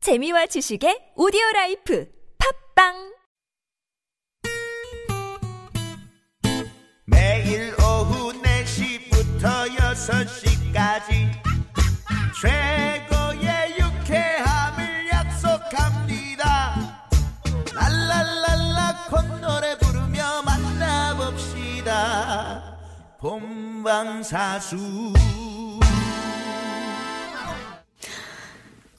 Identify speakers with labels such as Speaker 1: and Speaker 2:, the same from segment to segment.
Speaker 1: 재미와 지식의 오디오 라이프 팝빵!
Speaker 2: 매일 오후 4시부터 6시까지 최고의 유쾌함을 약속합니다 랄랄랄라 콧노래 부르며 만나봅시다 본방사수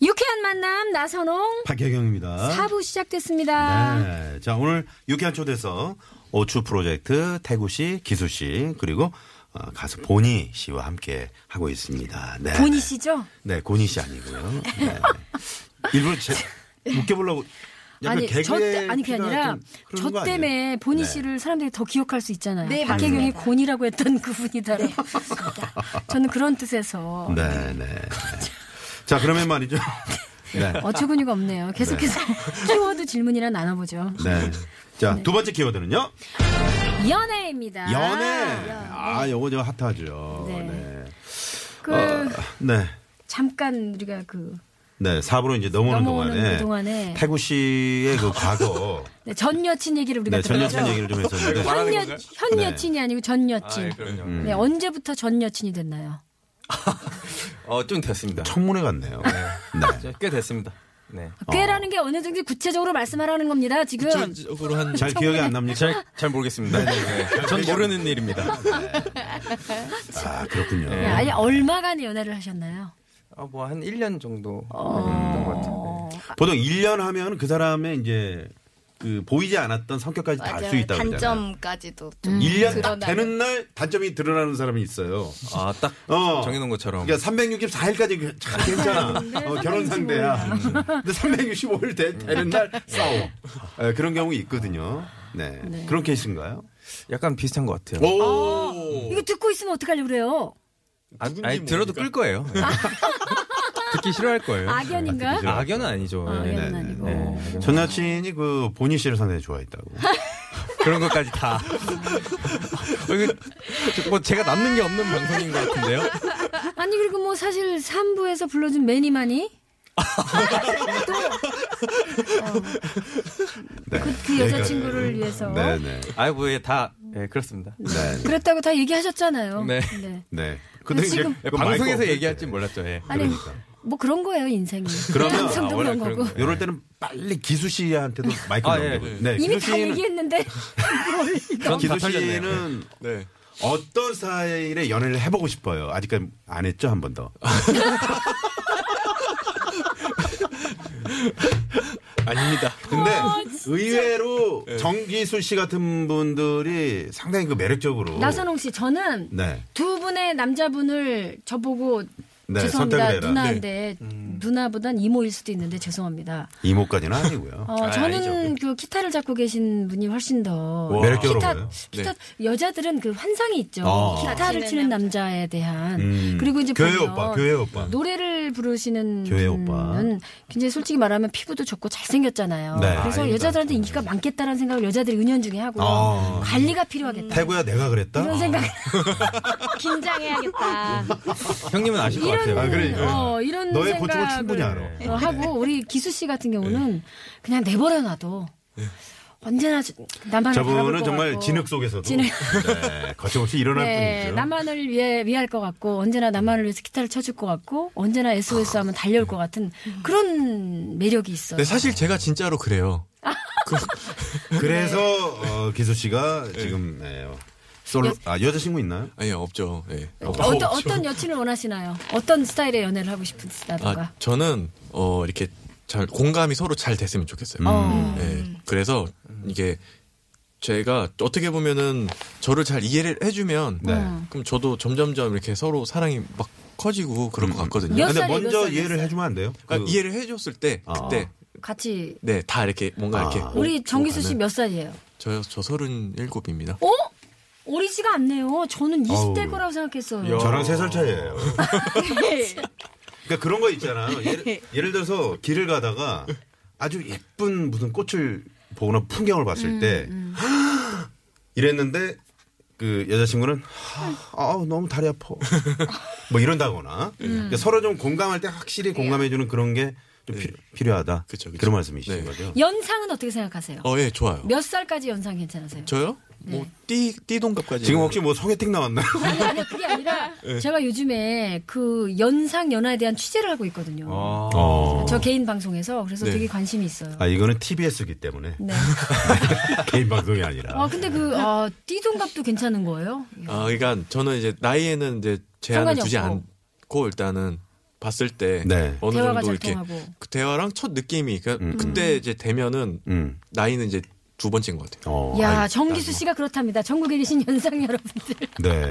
Speaker 3: 유쾌한 만남 나선홍
Speaker 4: 박혜경입니다.
Speaker 3: 사부 시작됐습니다.
Speaker 4: 네. 자, 오늘 유쾌한 초대서 오추 프로젝트 태구 씨, 기수 씨, 그리고 어, 가수 보니 씨와 함께 하고 있습니다. 네.
Speaker 3: 본이 씨죠?
Speaker 4: 네, 고니 씨 아니고요. 네. 일부러 제, 웃겨보려고. 약간
Speaker 3: 아니
Speaker 4: 개그에
Speaker 3: 저 때- 아니 그게
Speaker 4: 필요한
Speaker 3: 아니라
Speaker 4: 좀 그런
Speaker 3: 저
Speaker 4: 거 아니에요?
Speaker 3: 때문에 본이
Speaker 4: 네.
Speaker 3: 씨를 사람들이 더 기억할 수 있잖아요.
Speaker 5: 네,
Speaker 3: 박혜경이
Speaker 5: 맞습니다.
Speaker 3: 곤이라고 했던 그분이다. 네, 저는 그런 뜻에서
Speaker 4: 네, 네. 자, 그러면 말이죠. 네.
Speaker 3: 어처구니가 없네요. 계속해서 키워드 질문이나 나눠보죠.
Speaker 4: 네. 자, 두 번째 키워드는요.
Speaker 3: 연애입니다.
Speaker 4: 연애. 아, 요거 저 핫하죠.
Speaker 3: 네.
Speaker 4: 네.
Speaker 3: 그
Speaker 4: 어, 네.
Speaker 3: 잠깐 우리가 그
Speaker 4: 네, 4부로 이제 넘어오는,
Speaker 3: 넘어오는
Speaker 4: 동안에,
Speaker 3: 동안에
Speaker 4: 태구 씨의 그 과거,
Speaker 3: 네, 전 여친 얘기를 우리가
Speaker 4: 네, 전
Speaker 3: 들었죠.
Speaker 4: 여친 얘기를 좀 했었는데,
Speaker 3: 현, 여,
Speaker 6: 건가요?
Speaker 3: 현
Speaker 4: 네.
Speaker 3: 여친이 아니고 전 여친.
Speaker 6: 예, 그럼요.
Speaker 3: 네, 언제부터 전 여친이 됐나요?
Speaker 6: 어, 좀 됐습니다.
Speaker 4: 청문회 같네요. 네.
Speaker 6: 꽤 됐습니다. 네.
Speaker 3: 꽤라는 게 어느 정도 구체적으로 말씀하라는 겁니다. 지금
Speaker 6: 쪽으로 한.
Speaker 4: 잘 기억이 안 납니까?
Speaker 6: 잘, 잘 모르겠습니다. 네. 전 모르는 일입니다.
Speaker 4: 아, 그렇군요.
Speaker 3: 네, 아니 얼마간의 연애를 하셨나요?
Speaker 6: 아, 뭐, 한 1년 정도. 했던 것 같은데.
Speaker 4: 보통 1년 하면 그 사람의 이제 그 보이지 않았던 성격까지 다 알 수 있다고 그러잖아요. 음.
Speaker 5: 단점까지도 좀
Speaker 4: 1년 딱
Speaker 5: 드러나는.
Speaker 4: 되는 날 단점이 드러나는 사람이 있어요.
Speaker 6: 아, 딱
Speaker 4: 어.
Speaker 6: 정해놓은 것처럼.
Speaker 4: 그러니까 364일까지 참 괜찮아.
Speaker 5: 네,
Speaker 4: 어, 결혼 상대야. 근데 365일 되, 되는 날 싸워. 예, 그런 경우 있거든요. 네. 그런 케이스인가요?
Speaker 6: 약간 비슷한 것 같아요.
Speaker 4: 오!
Speaker 3: 이거 듣고 있으면 어떡하려고 그래요?
Speaker 6: 아, 아니, 들어도 끌 거예요. 네. 듣기 싫어할 거예요.
Speaker 3: 악연인가?
Speaker 6: 아, 악연은 아니죠. 예.
Speaker 3: 악연은 아니고.
Speaker 6: 네.
Speaker 4: 전 여친이 그 보니 씨를 상당히 좋아했다고.
Speaker 6: 그런 것까지 다. 어, 이거 저- 뭐, 제가 남는 게 없는 방송인 것 같은데요.
Speaker 3: 아니 그리고 뭐 사실 3부에서 불러준 매니마니
Speaker 4: 네.
Speaker 3: 어. 그 여자친구를 위해서
Speaker 4: 네네.
Speaker 6: 아이, 뭐, 예, 다, 예, 그렇습니다.
Speaker 4: 네.
Speaker 3: 그랬다고 다 얘기하셨잖아요.
Speaker 6: 네.
Speaker 4: 네. 근데 이제
Speaker 3: 지금-
Speaker 4: 그 마이크
Speaker 6: 방송에서
Speaker 4: 없을
Speaker 6: 얘기할
Speaker 4: 때.
Speaker 6: 줄 몰랐죠. 예.
Speaker 3: 아니
Speaker 4: 그러니까.
Speaker 3: 뭐 그런 거예요 인생이.
Speaker 4: 그러면-
Speaker 3: 감성도
Speaker 6: 아,
Speaker 3: 그런
Speaker 6: 원래
Speaker 3: 거고.
Speaker 6: 그런 거예요.
Speaker 4: 이럴 때는 빨리 기수 씨한테도 마이크
Speaker 6: 아,
Speaker 4: 넘겨.
Speaker 6: 예.
Speaker 4: 네.
Speaker 3: 이미
Speaker 4: 기수
Speaker 3: 다
Speaker 4: 씨는
Speaker 3: 얘기했는데
Speaker 6: 그럼 다
Speaker 4: 기수
Speaker 6: 털렸네요.
Speaker 4: 씨는
Speaker 6: 네.
Speaker 4: 어떤 스타일의 연애를 해보고 싶어요? 아직까지 안 했죠 한 번 더.
Speaker 3: 아,
Speaker 6: 아닙니다.
Speaker 4: 근데 의외로 정기수 씨 같은 분들이 상당히 그 매력적으로
Speaker 3: 나선홍 씨 저는
Speaker 4: 네.
Speaker 3: 두 분의 남자분을 저보고
Speaker 4: 네,
Speaker 3: 죄송합니다
Speaker 4: 선택을 해라.
Speaker 3: 누나인데
Speaker 6: 음.
Speaker 3: 누나보단 이모일 수도 있는데 죄송합니다.
Speaker 4: 이모까지는 아니고요.
Speaker 3: 어,
Speaker 6: 아,
Speaker 3: 저는
Speaker 6: 아니죠.
Speaker 3: 그 키타를 잡고 계신 분이 훨씬 더
Speaker 4: 와. 매력적으로
Speaker 3: 키타,
Speaker 4: 보여요?
Speaker 3: 키타 여자들은 그 환상이 있죠.
Speaker 4: 어.
Speaker 3: 기타를 치는 남자에 대한
Speaker 4: 음.
Speaker 3: 그리고 이제
Speaker 4: 교회
Speaker 3: 보면
Speaker 4: 오빠, 교회 오빠.
Speaker 3: 노래를 부르시는
Speaker 4: 교회
Speaker 3: 분은
Speaker 4: 오빠.
Speaker 3: 굉장히 솔직히 말하면 피부도 좋고 잘생겼잖아요.
Speaker 4: 네.
Speaker 3: 그래서
Speaker 4: 아,
Speaker 3: 여자들한테 인기가 많겠다라는 생각을 여자들이 은연중에 하고
Speaker 4: 어.
Speaker 3: 관리가 필요하겠다.
Speaker 4: 태구야 내가 그랬다.
Speaker 3: 이런 생각,
Speaker 5: 긴장해야겠다.
Speaker 6: 형님은 아실 것 같아요.
Speaker 3: 이런,
Speaker 4: 아, 그래, 그래.
Speaker 3: 어, 이런
Speaker 4: 너의
Speaker 3: 생각을
Speaker 4: 고충을 충분히 알아. 네.
Speaker 3: 어, 하고 우리 기수 씨 같은 경우는 그냥 내버려놔도 언제나 저- 남한을 바라볼
Speaker 4: 저분은
Speaker 3: 것
Speaker 4: 정말
Speaker 3: 같고.
Speaker 4: 진흙 속에서도
Speaker 3: 진흙.
Speaker 4: 네, 거침없이 일어날
Speaker 3: 네,
Speaker 4: 뿐이죠. 음.
Speaker 3: 나만을 위해 위할 것 같고 언제나 나만을 위해서 기타를 쳐줄 것 같고 언제나
Speaker 4: 아.
Speaker 3: SOS 하면 달려올 것 같은
Speaker 4: 음.
Speaker 3: 그런 매력이 있어요.
Speaker 7: 네, 사실 제가 진짜로 그래요.
Speaker 4: 그래서
Speaker 7: 네.
Speaker 4: 어, 기수 씨가 지금 네, 솔로 아 여자친구 있나요?
Speaker 7: 아니요, 없죠. 예.
Speaker 3: 어떤, 어떤 여친을 원하시나요? 어떤 스타일의 연애를 하고
Speaker 7: 아,
Speaker 3: 싶으시다던가.
Speaker 7: 저는 어 이렇게 잘 공감이 서로 잘 됐으면 좋겠어요.
Speaker 3: 음.
Speaker 7: 예. 그래서 이게 제가 어떻게 보면은 저를 잘 이해를 해주면
Speaker 4: 네.
Speaker 7: 그럼 저도 점점점 이렇게 서로 사랑이 막 커지고 그럴 것뭐 같거든요.
Speaker 3: 몇
Speaker 4: 아, 근데
Speaker 3: 살이, 몇
Speaker 4: 먼저
Speaker 3: 살이
Speaker 4: 이해를
Speaker 3: 됐어요?
Speaker 4: 해주면 안 돼요?
Speaker 7: 그러니까
Speaker 4: 음. 그-
Speaker 7: 이해를 해줬을 때 그때
Speaker 3: 같이
Speaker 7: 네 다 이렇게 뭔가 이렇게
Speaker 4: 아.
Speaker 3: 우리 정기수 씨 몇 살이에요?
Speaker 7: 저저 서른일곱입니다.
Speaker 3: 어? 오리지가 않네요. 저는 20대
Speaker 4: 어우.
Speaker 3: 거라고 생각했어요.
Speaker 4: 저랑 세 살 차이예요.
Speaker 7: 네.
Speaker 4: 그러니까 그런 거 있잖아요. 예를, 예를 들어서 길을 가다가 아주 예쁜 무슨 꽃을 보거나 풍경을 봤을
Speaker 7: 음,
Speaker 4: 때 이랬는데 그 여자친구는 아 너무 다리
Speaker 7: 음.
Speaker 4: 아파 뭐 이런다거나 그러니까 서로 좀 공감할 때 확실히 공감해주는 그런 게 좀 필- 필요하다.
Speaker 7: 네. 그쵸, 그쵸.
Speaker 4: 런 말씀이신
Speaker 7: 네.
Speaker 4: 거죠.
Speaker 3: 연상은 어떻게 생각하세요?
Speaker 7: 어, 예, 좋아요.
Speaker 3: 몇 네. 살까지 연상 괜찮으세요?
Speaker 7: 저요? 뭐, 띠, 띠동갑까지.
Speaker 4: 지금 혹시 뭐 소개팅 나왔나요?
Speaker 3: 아니 아니 그게 아니라
Speaker 4: 네.
Speaker 3: 제가 요즘에 그 연상 연하에 대한 취재를 하고 있거든요.
Speaker 4: 어.
Speaker 3: 저 개인 방송에서 그래서
Speaker 7: 네.
Speaker 3: 되게 관심이 있어요.
Speaker 4: 아 이거는 TBS기 때문에
Speaker 3: 네.
Speaker 4: 개인 방송이 아니라.
Speaker 3: 아 근데 그 아, 띠동갑도 괜찮은 거예요?
Speaker 7: 아, 그러니까 저는 이제 나이에는 이제 제한을
Speaker 3: 상관이
Speaker 7: 두지
Speaker 3: 없고.
Speaker 7: 않고 일단은 봤을 때
Speaker 4: 네.
Speaker 7: 어느
Speaker 3: 대화가
Speaker 7: 정도
Speaker 3: 잘
Speaker 7: 이렇게
Speaker 3: 통하고.
Speaker 7: 그 대화랑 첫 느낌이 그
Speaker 4: 음,
Speaker 7: 그때 이제 되면은
Speaker 4: 음.
Speaker 7: 나이는 이제 두 번째인 것 같아요.
Speaker 4: 어,
Speaker 3: 야
Speaker 4: 아이,
Speaker 3: 정기수 씨가 그렇답니다. 전국에 계신 연상 여러분들.
Speaker 4: 네.
Speaker 3: 네,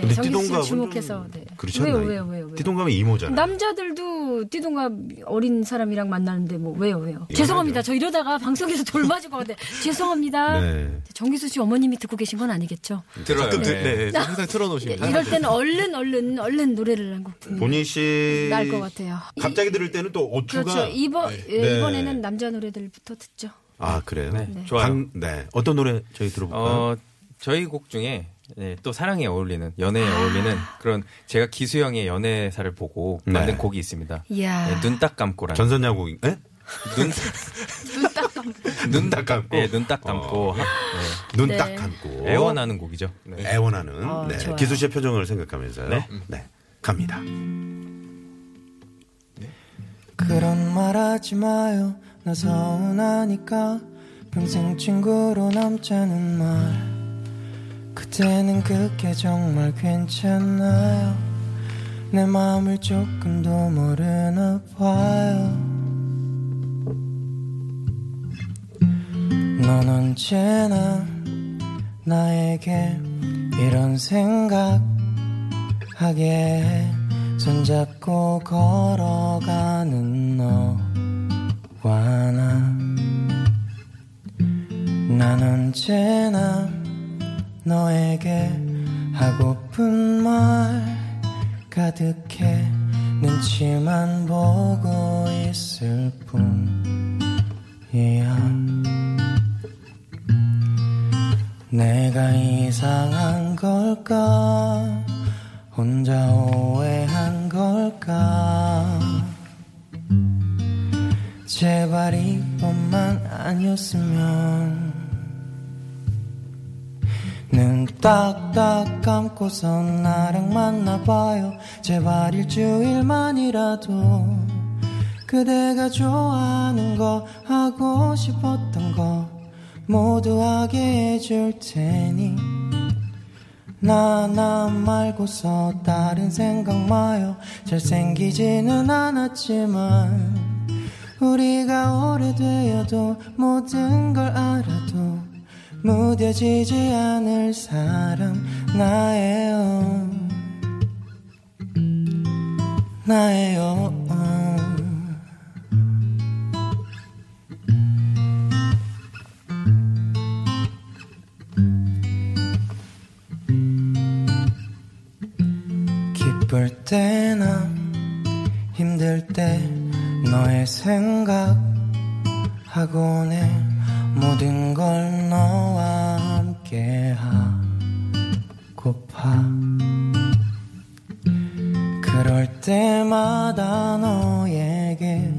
Speaker 4: 근데
Speaker 3: 정기수 씨
Speaker 4: 띠동갑은
Speaker 3: 주목해서.
Speaker 4: 좀
Speaker 3: 네.
Speaker 4: 그렇지
Speaker 3: 왜요
Speaker 4: 않나요?
Speaker 3: 왜요 왜요 왜요?
Speaker 4: 띠동갑은 이모잖아요.
Speaker 3: 남자들도 띠동갑 어린 사람이랑 만나는데 뭐 왜요 왜요?
Speaker 4: 이해하죠.
Speaker 3: 죄송합니다. 저 이러다가 방송에서 돌맞을 것 같아요. 죄송합니다.
Speaker 4: 네.
Speaker 3: 정기수 씨 어머님이 듣고 계신 건 아니겠죠?
Speaker 6: 들어요.
Speaker 7: 가끔 들-
Speaker 6: 네.
Speaker 4: 음.
Speaker 7: 네, 네, 항상 틀어놓으시면
Speaker 3: 이럴 때는 얼른 얼른 얼른 노래를 한 곡 듣는
Speaker 4: 본인 씨.
Speaker 3: 날것 같아요. 이-
Speaker 4: 음. 갑자기 들을 때는 또 오추가.
Speaker 3: 그렇죠. 이번
Speaker 4: 네.
Speaker 3: 예, 이번에는 남자 노래들부터 듣죠.
Speaker 4: 아 그래요?
Speaker 5: 네. 좋아요.
Speaker 4: 방- 네. 어떤 노래 저희 들어볼까요?
Speaker 5: 어, 저희 곡 중에 예, 또 사랑에 어울리는 연애에 어울리는
Speaker 3: 아.
Speaker 5: 그런 제가 기수 형의 연애사를 보고
Speaker 4: 네.
Speaker 5: 만든 곡이 네. 있습니다.
Speaker 3: 이야.
Speaker 5: 눈 딱 감고라는
Speaker 4: 전선야곡인. 예? 눈 딱 감고. 어. 네.
Speaker 5: 예, 눈 딱 감고 하-
Speaker 3: 네.
Speaker 4: 눈 딱 감고.
Speaker 5: 예, 애원하는 곡이죠. 네.
Speaker 4: 애원하는
Speaker 3: 어,
Speaker 4: 네.
Speaker 3: 좋아요.
Speaker 4: 기수 씨의 표정을 생각하면서요. 네,
Speaker 5: 네.
Speaker 4: 갑니다.
Speaker 8: 그런 말 하지 마요 나 서운하니까 평생 친구로 남자는 말 그때는 그게 정말 괜찮아요 내 마음을 조금도 모르나 봐요 넌 언제나 나에게 이런 생각 하게 해. 손잡고 걸어가는 너와 나. 난 언제나 너에게 하고픈 말 가득해 눈치만 보고 있을 뿐이야. 내가 이상한 걸까? 혼자 오해한 걸까? 제발 이번만 아니었으면 눈 딱딱 감고서 나랑 만나봐요 제발 일주일만이라도 그대가 좋아하는 거 하고 싶었던 거 모두 하게 해줄 테니 나 나 말고서 다른 생각 마요 잘생기지는 않았지만 우리가 오래되어도 모든 걸 알아도 무뎌지지 않을 사람 나예요 나예요 기쁠 때나 힘들 때 너의 생각하고 내 모든 걸 너와 함께 하고파 그럴 때마다 너에게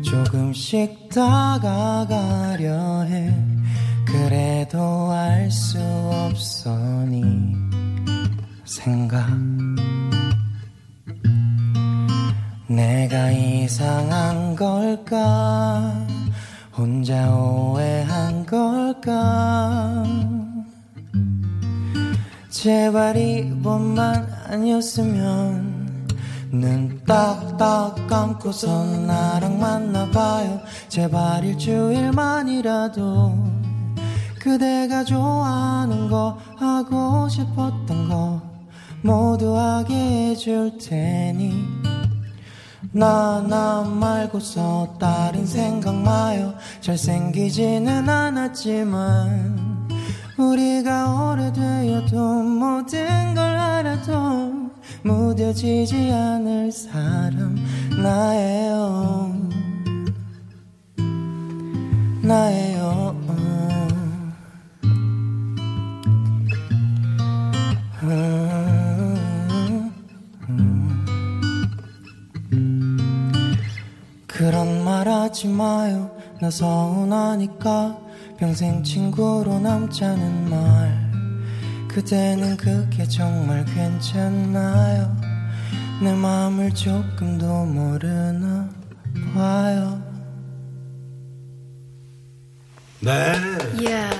Speaker 8: 조금씩 다가가려 해 그래도 알 수 없어 니 생각 내가 이상한 걸까? 혼자 오해한 걸까? 제발 이번만 아니었으면 눈 딱딱 감고서 나랑 만나봐요 제발 일주일만이라도 그대가 좋아하는 거 하고 싶었던 거 모두 하게 해줄 테니 나, 나 말고서 다른 생각 마요. 잘생기지는 않았지만, 우리가 오래되어도 모든 걸 알아도 무뎌지지 않을 사람, 나예요. 나예요. 음. 그런 말 마요 나 서운하니까 평생 친구로 남자는 말 그대는 그게 정말 괜찮나요 내 마음을 조금도 모르나 봐요
Speaker 4: 네.
Speaker 3: 이야.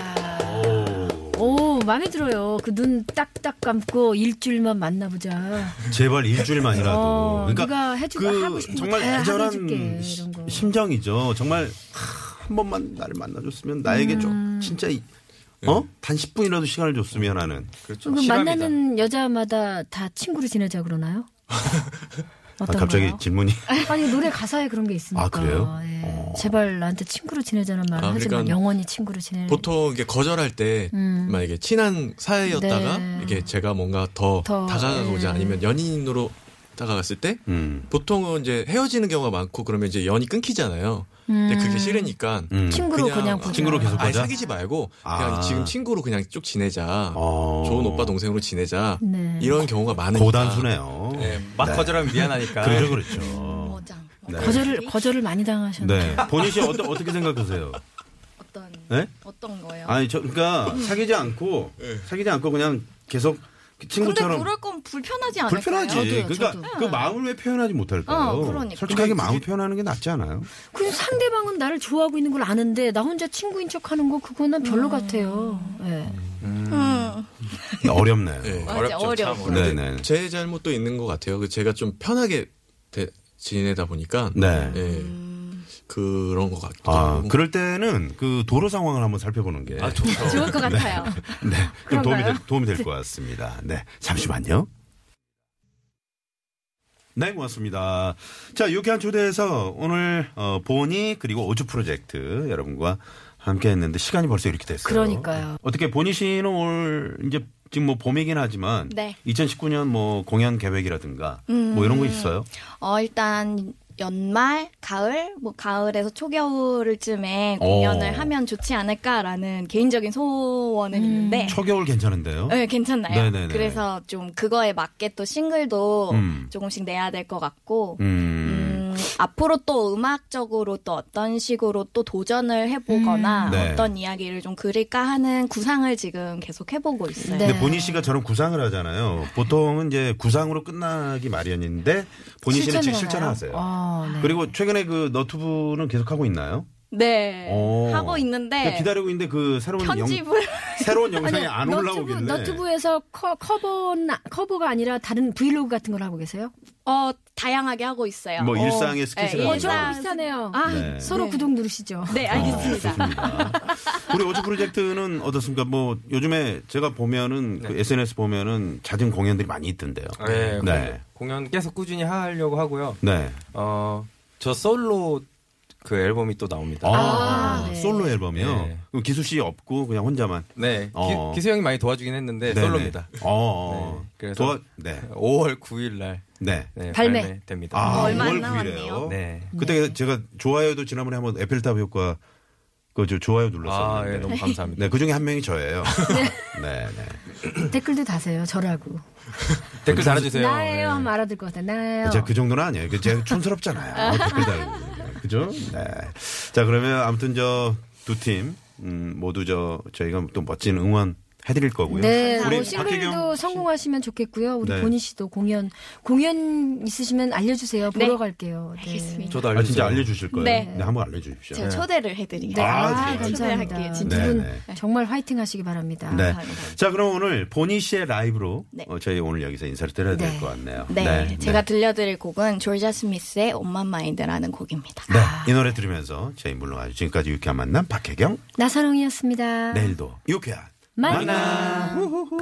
Speaker 3: 오, 마음에 들어요. 그 눈 딱딱 감고 일주일만 만나보자.
Speaker 4: 제발 일주일만이라도.
Speaker 3: 어,
Speaker 4: 그러니까
Speaker 3: 네가 해주고 하고 싶은 거
Speaker 4: 정말
Speaker 3: 다
Speaker 4: 애절한
Speaker 3: 해줄게,
Speaker 4: 시-
Speaker 3: 이런 거.
Speaker 4: 심정이죠. 정말 하, 한 번만 나를 만나줬으면 나에게
Speaker 3: 음.
Speaker 4: 좀 진짜 이-
Speaker 7: 네.
Speaker 4: 어? 단 10분이라도 시간을 줬으면 하는.
Speaker 5: 그렇죠.
Speaker 3: 그럼 만나는 여자마다 다 친구로 지내자 그러나요?
Speaker 4: 아,
Speaker 3: 어떤가요?
Speaker 4: 갑자기 질문이
Speaker 3: 아니 노래 가사에 그런 게 있으니까.
Speaker 4: 아, 그래요? 어.
Speaker 3: 예. 제발 나한테 친구로 지내자는 말을
Speaker 7: 아,
Speaker 3: 하지만
Speaker 7: 그러니까
Speaker 3: 영원히 친구로 지내.
Speaker 7: 보통 이게 거절할 때
Speaker 3: 음.
Speaker 7: 만약에 친한 사이였다가
Speaker 3: 네.
Speaker 7: 이게 제가 뭔가 더,
Speaker 3: 더,
Speaker 7: 다가가고자
Speaker 3: 네.
Speaker 7: 아니면 연인으로 다가갔을 때
Speaker 4: 음.
Speaker 7: 보통은 이제 헤어지는 경우가 많고 그러면 이제 연이 끊기잖아요. 근데 그게 싫으니까
Speaker 4: 음.
Speaker 3: 친구로 그냥, 보자.
Speaker 4: 친구로 계속
Speaker 7: 아예
Speaker 4: 보자?
Speaker 7: 사귀지 말고
Speaker 4: 아.
Speaker 7: 그냥 지금 친구로 그냥 쭉 지내자.
Speaker 4: 어.
Speaker 7: 좋은 오빠 동생으로 지내자.
Speaker 3: 네.
Speaker 7: 이런 경우가 많으니까.
Speaker 4: 고단수네요.
Speaker 5: 막 거절하면 미안하니까.
Speaker 4: 그렇죠, 그렇죠.
Speaker 3: 뭐,
Speaker 9: 어장. 네.
Speaker 3: 거절을 거절을 많이 당하셨네.
Speaker 4: 네. 본인 씨 어떠, 어떻게 생각하세요?
Speaker 9: 어떤
Speaker 4: 네?
Speaker 9: 어떤 거예요?
Speaker 4: 아니, 저, 그러니까 사귀지 않고,
Speaker 9: 예.
Speaker 4: 사귀지 않고 그냥 계속
Speaker 9: 근데
Speaker 4: 친구처럼.
Speaker 9: 그럴 거면 불편하지 않을까요? 예.
Speaker 4: 불편하지. 그러니까 그 마음을 왜 표현하지 못할까요?
Speaker 9: 어, 그러니까.
Speaker 4: 솔직하게 마음 표현하는 게 낫지 않아요?
Speaker 3: 그 상대방은 나를 좋아하고 있는 걸 아는데 나 혼자 친구인 척하는 거 그건 난
Speaker 4: 음.
Speaker 3: 별로 같아요. 예.
Speaker 9: 음.
Speaker 4: 어렵네요.
Speaker 7: 네.
Speaker 9: 맞아, 어려워.
Speaker 5: 참
Speaker 4: 네, 네.
Speaker 7: 제 잘못도 있는 것 같아요. 그 제가 좀 편하게 대- 지내다 보니까
Speaker 4: 네.
Speaker 7: 예, 그런 것 같기도
Speaker 4: 아,
Speaker 9: 뭐
Speaker 7: 하고.
Speaker 4: 그럴 때는 그 도로 상황을 한번 살펴보는 게
Speaker 7: 아, 좋죠.
Speaker 9: 좋을 것 같아요.
Speaker 4: 네, 좀 도움이 될,
Speaker 9: 그런가요?
Speaker 4: 도움이 될 것 같습니다. 네, 잠시만요. 네, 고맙습니다. 자, 유쾌한 초대에서 오늘 어, 보니 그리고 오주 프로젝트 여러분과 함께했는데 시간이 벌써 이렇게 됐어요.
Speaker 3: 그러니까요.
Speaker 4: 어떻게 보니 씨는 올 이제 지금 뭐 봄이긴 하지만
Speaker 9: 네.
Speaker 4: 2019년 뭐 공연 계획이라든가 뭐
Speaker 3: 음.
Speaker 4: 이런 거 있어요?
Speaker 9: 어 일단 연말, 가을, 뭐 가을에서 초겨울쯤에
Speaker 4: 어.
Speaker 9: 공연을 하면 좋지 않을까라는 개인적인
Speaker 3: 음.
Speaker 9: 소원은 있는데
Speaker 4: 초겨울 괜찮은데요?
Speaker 9: 네, 괜찮나요?
Speaker 4: 네네네.
Speaker 9: 그래서 좀 그거에 맞게 또 싱글도
Speaker 4: 음.
Speaker 9: 조금씩 내야 될 것 같고
Speaker 4: 음.
Speaker 9: 음, 앞으로 또 음악적으로 또 어떤 식으로 또 도전을 해보거나
Speaker 4: 음. 네.
Speaker 9: 어떤 이야기를 좀 그릴까 하는 구상을 지금 계속 해보고 있어요.
Speaker 3: 네.
Speaker 4: 근데 본인 씨가 저런 구상을 하잖아요. 보통은 이제 구상으로 끝나기 마련인데 본인 씨는 지금
Speaker 3: 실천을
Speaker 4: 실천하세요.
Speaker 3: 아, 네.
Speaker 4: 그리고 최근에 그 너튜브는 계속 하고 있나요?
Speaker 9: 네.
Speaker 4: 오.
Speaker 9: 하고 있는데
Speaker 4: 그러니까 기다리고 있는데 그 새로운 영
Speaker 9: 편집을
Speaker 4: 새로운 영상이
Speaker 3: 네. 아니,
Speaker 4: 안
Speaker 3: 너튜브,
Speaker 4: 올라오길래
Speaker 3: 너튜브에서 커, 커버 커버가 아니라 다른 브이로그 같은 걸 하고 계세요?
Speaker 9: 어 다양하게 하고 있어요.
Speaker 4: 뭐
Speaker 9: 어,
Speaker 4: 일상의 스케줄을
Speaker 9: 네,
Speaker 4: 하는
Speaker 9: 일상-
Speaker 4: 거.
Speaker 3: 비슷하네요.
Speaker 9: 아,
Speaker 4: 네.
Speaker 3: 서로
Speaker 9: 네.
Speaker 3: 구독 누르시죠.
Speaker 9: 네,
Speaker 4: 어,
Speaker 9: 알겠습니다.
Speaker 4: 좋습니다. 우리 오즈 프로젝트는 어떻습니까? 뭐 요즘에 제가 보면은 그 SNS 보면은 잦은 공연들이 많이 있던데요.
Speaker 5: 네,
Speaker 4: 네.
Speaker 5: 공연 계속 꾸준히 하려고 하고요.
Speaker 4: 네.
Speaker 5: 어, 저 솔로 그 앨범이 또 나옵니다.
Speaker 4: 아,
Speaker 3: 아, 네.
Speaker 4: 솔로 앨범이요.
Speaker 5: 네.
Speaker 4: 그럼 기수 씨 없고 그냥 혼자만.
Speaker 5: 네,
Speaker 4: 어.
Speaker 5: 기, 수 형이 많이 도와주긴 했는데
Speaker 4: 네네.
Speaker 5: 솔로입니다.
Speaker 4: 어.
Speaker 5: 네,
Speaker 4: 그래서
Speaker 5: 그래서-
Speaker 4: 네.
Speaker 5: 5월 9일 날
Speaker 4: 네.
Speaker 5: 네,
Speaker 3: 발매.
Speaker 5: 됩니다.
Speaker 4: 아,
Speaker 9: 뭐 얼마 안
Speaker 4: 5월
Speaker 9: 남았네요.
Speaker 4: 9일에요.
Speaker 5: 네.
Speaker 4: 그때 제가 좋아요도 지난번에 한번 에펠탑 효과 그저 좋아요
Speaker 5: 아,
Speaker 4: 눌렀었는데.
Speaker 5: 예, 너무 감사합니다.
Speaker 4: 네, 그 중에 한 명이 저예요. 네, 네.
Speaker 3: 댓글도 다세요. 저라고.
Speaker 5: 댓글 달아주세요.
Speaker 3: 나예요.
Speaker 5: 네.
Speaker 3: 하면 알아들 것 같아. 나예요.
Speaker 4: 제가 그 정도는 아니에요. 그 제가 촌스럽잖아요. 댓글 달고. 그죠? 네. 자, 그러면 아무튼 저 두 팀, 음, 모두 저, 저희가 또 멋진 응원 해드릴 거고요.
Speaker 3: 네,
Speaker 4: 우리
Speaker 3: 뭐 싱글도
Speaker 4: 박혜경
Speaker 3: 성공하시면 좋겠고요. 우리
Speaker 4: 네.
Speaker 3: 보니 씨도 공연 공연 있으시면 알려주세요. 보러
Speaker 9: 네.
Speaker 3: 갈게요. 네.
Speaker 9: 알겠습니다.
Speaker 5: 저도
Speaker 4: 아,
Speaker 5: 알려주세요.
Speaker 4: 진짜 알려주실 거예요. 네.
Speaker 9: 네.
Speaker 4: 한번 알려주십시오.
Speaker 9: 제가 초대를 해드리겠습니다.
Speaker 3: 네,
Speaker 4: 아,
Speaker 3: 아,
Speaker 4: 네.
Speaker 3: 감사합니다.
Speaker 9: 초대할게요,
Speaker 3: 두
Speaker 9: 진짜.
Speaker 4: 네,
Speaker 3: 분
Speaker 4: 네.
Speaker 3: 정말 화이팅하시기 바랍니다.
Speaker 4: 네.
Speaker 9: 감사합니다.
Speaker 4: 자, 그럼 오늘 보니 씨의 라이브로
Speaker 9: 네.
Speaker 4: 어, 저희 오늘 여기서 인사를 드려야 될
Speaker 3: 네.
Speaker 4: 것 같네요.
Speaker 9: 네, 제가 들려드릴 곡은 졸자 스미스의 온만 마인드라는 곡입니다. 아.
Speaker 4: 네,
Speaker 3: 아.
Speaker 4: 이 노래 들으면서 저희 물러가죠. 지금까지 유쾌한 만남 박혜경, 네.
Speaker 3: 나선홍이었습니다.
Speaker 4: 내일도 유쾌한
Speaker 3: 만남.
Speaker 4: 만남.